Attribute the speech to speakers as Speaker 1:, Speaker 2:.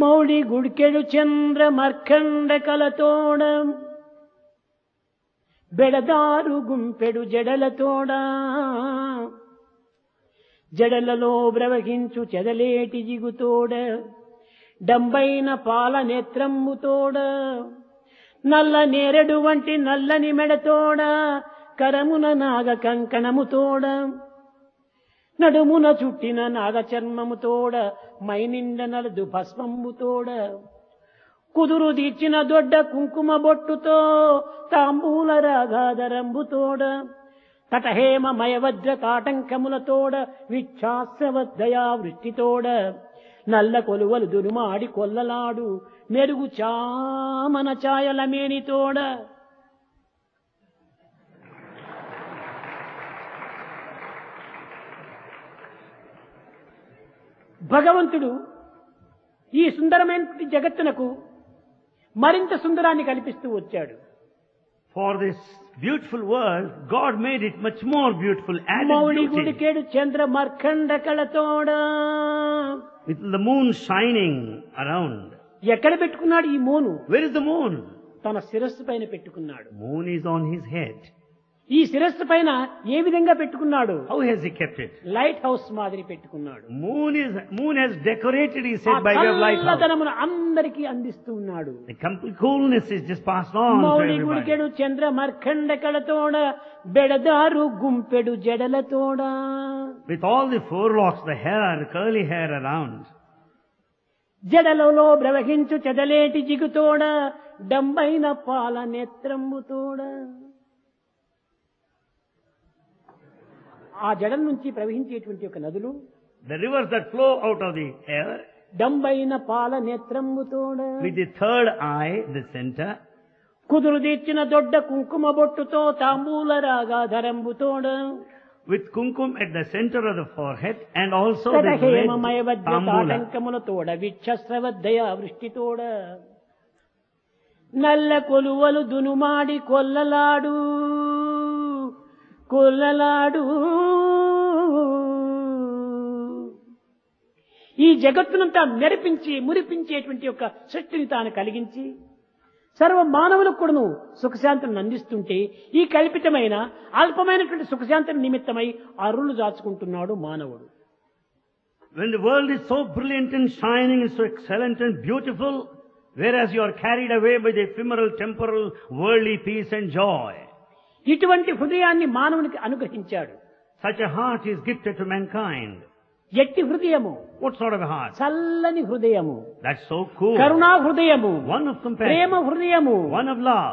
Speaker 1: మౌళి గుడికెడు చంద్ర మర్కండ కలతోడ బెడదారు గుంపెడు జడలతోడ జడలలో బ్రవహించు చెదలేటి జిగుతోడ డంబైన పాల నేత్రమ్ముతోడ నల్ల నేరడు వంటి నల్లని మెడతోడ కరమున నాగ కంకణముతోడ నడుమున చుట్టిన నాగ చర్మముతోడ మైనిండ నలదు భస్మంబుతోడ కుదురు తీర్చిన దొడ్డ కుంకుమ బొట్టుతో తాంబూల రాగాధరంబుతోడ తటహేమ మయవజ్ర కాటంకములతోడ విచ్ఛాసవద్దయా వృష్టితోడ నల్ల కొలువలు దురుమాడి కొల్లలాడు మెరుగు చామన ఛాయలమేనితోడ భగవంతుడు ఈ సుందరమైన జగత్తునకు మరింత సుందరాన్ని కల్పిస్తూ వచ్చాడు
Speaker 2: For this beautiful world, God made it much more beautiful,
Speaker 1: Mouli
Speaker 2: added beauty.
Speaker 1: గుడికేడు Chandra మర్కండ కళతోడ
Speaker 2: With the moon shining around.
Speaker 1: ఎక్కడ పెట్టుకున్నాడు ఈ Monu
Speaker 2: Where is the moon?
Speaker 1: తన శిరస్సు పైన పెట్టుకున్నాడు
Speaker 2: Moon is on his head.
Speaker 1: ఈ శిరస్సు పైన ఏ విధంగా పెట్టుకున్నాడు
Speaker 2: How has he kept it?
Speaker 1: Lighthouse మాదిరి పెట్టుకున్నాడు
Speaker 2: Moon is moon has decorated his
Speaker 1: ఆ
Speaker 2: head by way of light.
Speaker 1: చల్లదనమును అందరికీ అందిస్తూ ఉన్నాడు
Speaker 2: The complete coolness is just passed on to
Speaker 1: Mouli
Speaker 2: everybody.
Speaker 1: గుడికెడు చంద్ర మర్కండ కళతోడ బెడదారు గుంపెడు జడలతోడ
Speaker 2: With all the forelocks, the hair, curly hair around,
Speaker 1: జడలలో ప్రవహించు చెదలేటి జిగుతోడ డంబైన పాల నేత్రంబుతోడ ఆ జడం నుంచి ప్రవహించేటువంటి ఒక నదులు
Speaker 2: the rivers that flow out of the hair,
Speaker 1: డంబైన పాల నేత్రంబుతోడ
Speaker 2: with the third eye, the center,
Speaker 1: కుదురు తీర్చిన దొడ్డ కుంకుమ బొట్టుతో తాంబూల రాగాధరంబుతోడ
Speaker 2: with kumkum at the center of the forehead, and also the red
Speaker 1: సదహేమమయ వద్ద
Speaker 2: tambula.
Speaker 1: తాటంకములతోడ విచ్చస్రవద్దయ వృష్టితోడ నల్ల కొలువలు దునుమాడి కొల్లలాడు కొల్లలాడు ఈ జగత్తునంతా మెరిపించి మురిపించేటువంటి ఒక సృష్టిని తాను కలిగించి సర్వ మానవులకు కూడాను సుఖశాంతిని అందిస్తుంటే ఈ కల్పితమైన అల్పమైనటువంటి సుఖశాంతిని నిమిత్తమై అరులు దాచుకుంటున్నాడు మానవుడు
Speaker 2: When the world is so brilliant and shining and so excellent and beautiful, whereas you are carried away by the ephemeral, temporal, worldly peace and joy,
Speaker 1: ఇటువంటి హృదయాన్ని మానవునికి అనుగ్రహించాడు
Speaker 2: such a heart is gifted to mankind.
Speaker 1: ఎట్టి హృదయము
Speaker 2: What sort of a heart?
Speaker 1: చల్లని హృదయము
Speaker 2: That's so cool.
Speaker 1: కరుణా హృదయము
Speaker 2: One of compassion,
Speaker 1: ప్రేమ హృదయము
Speaker 2: one of love.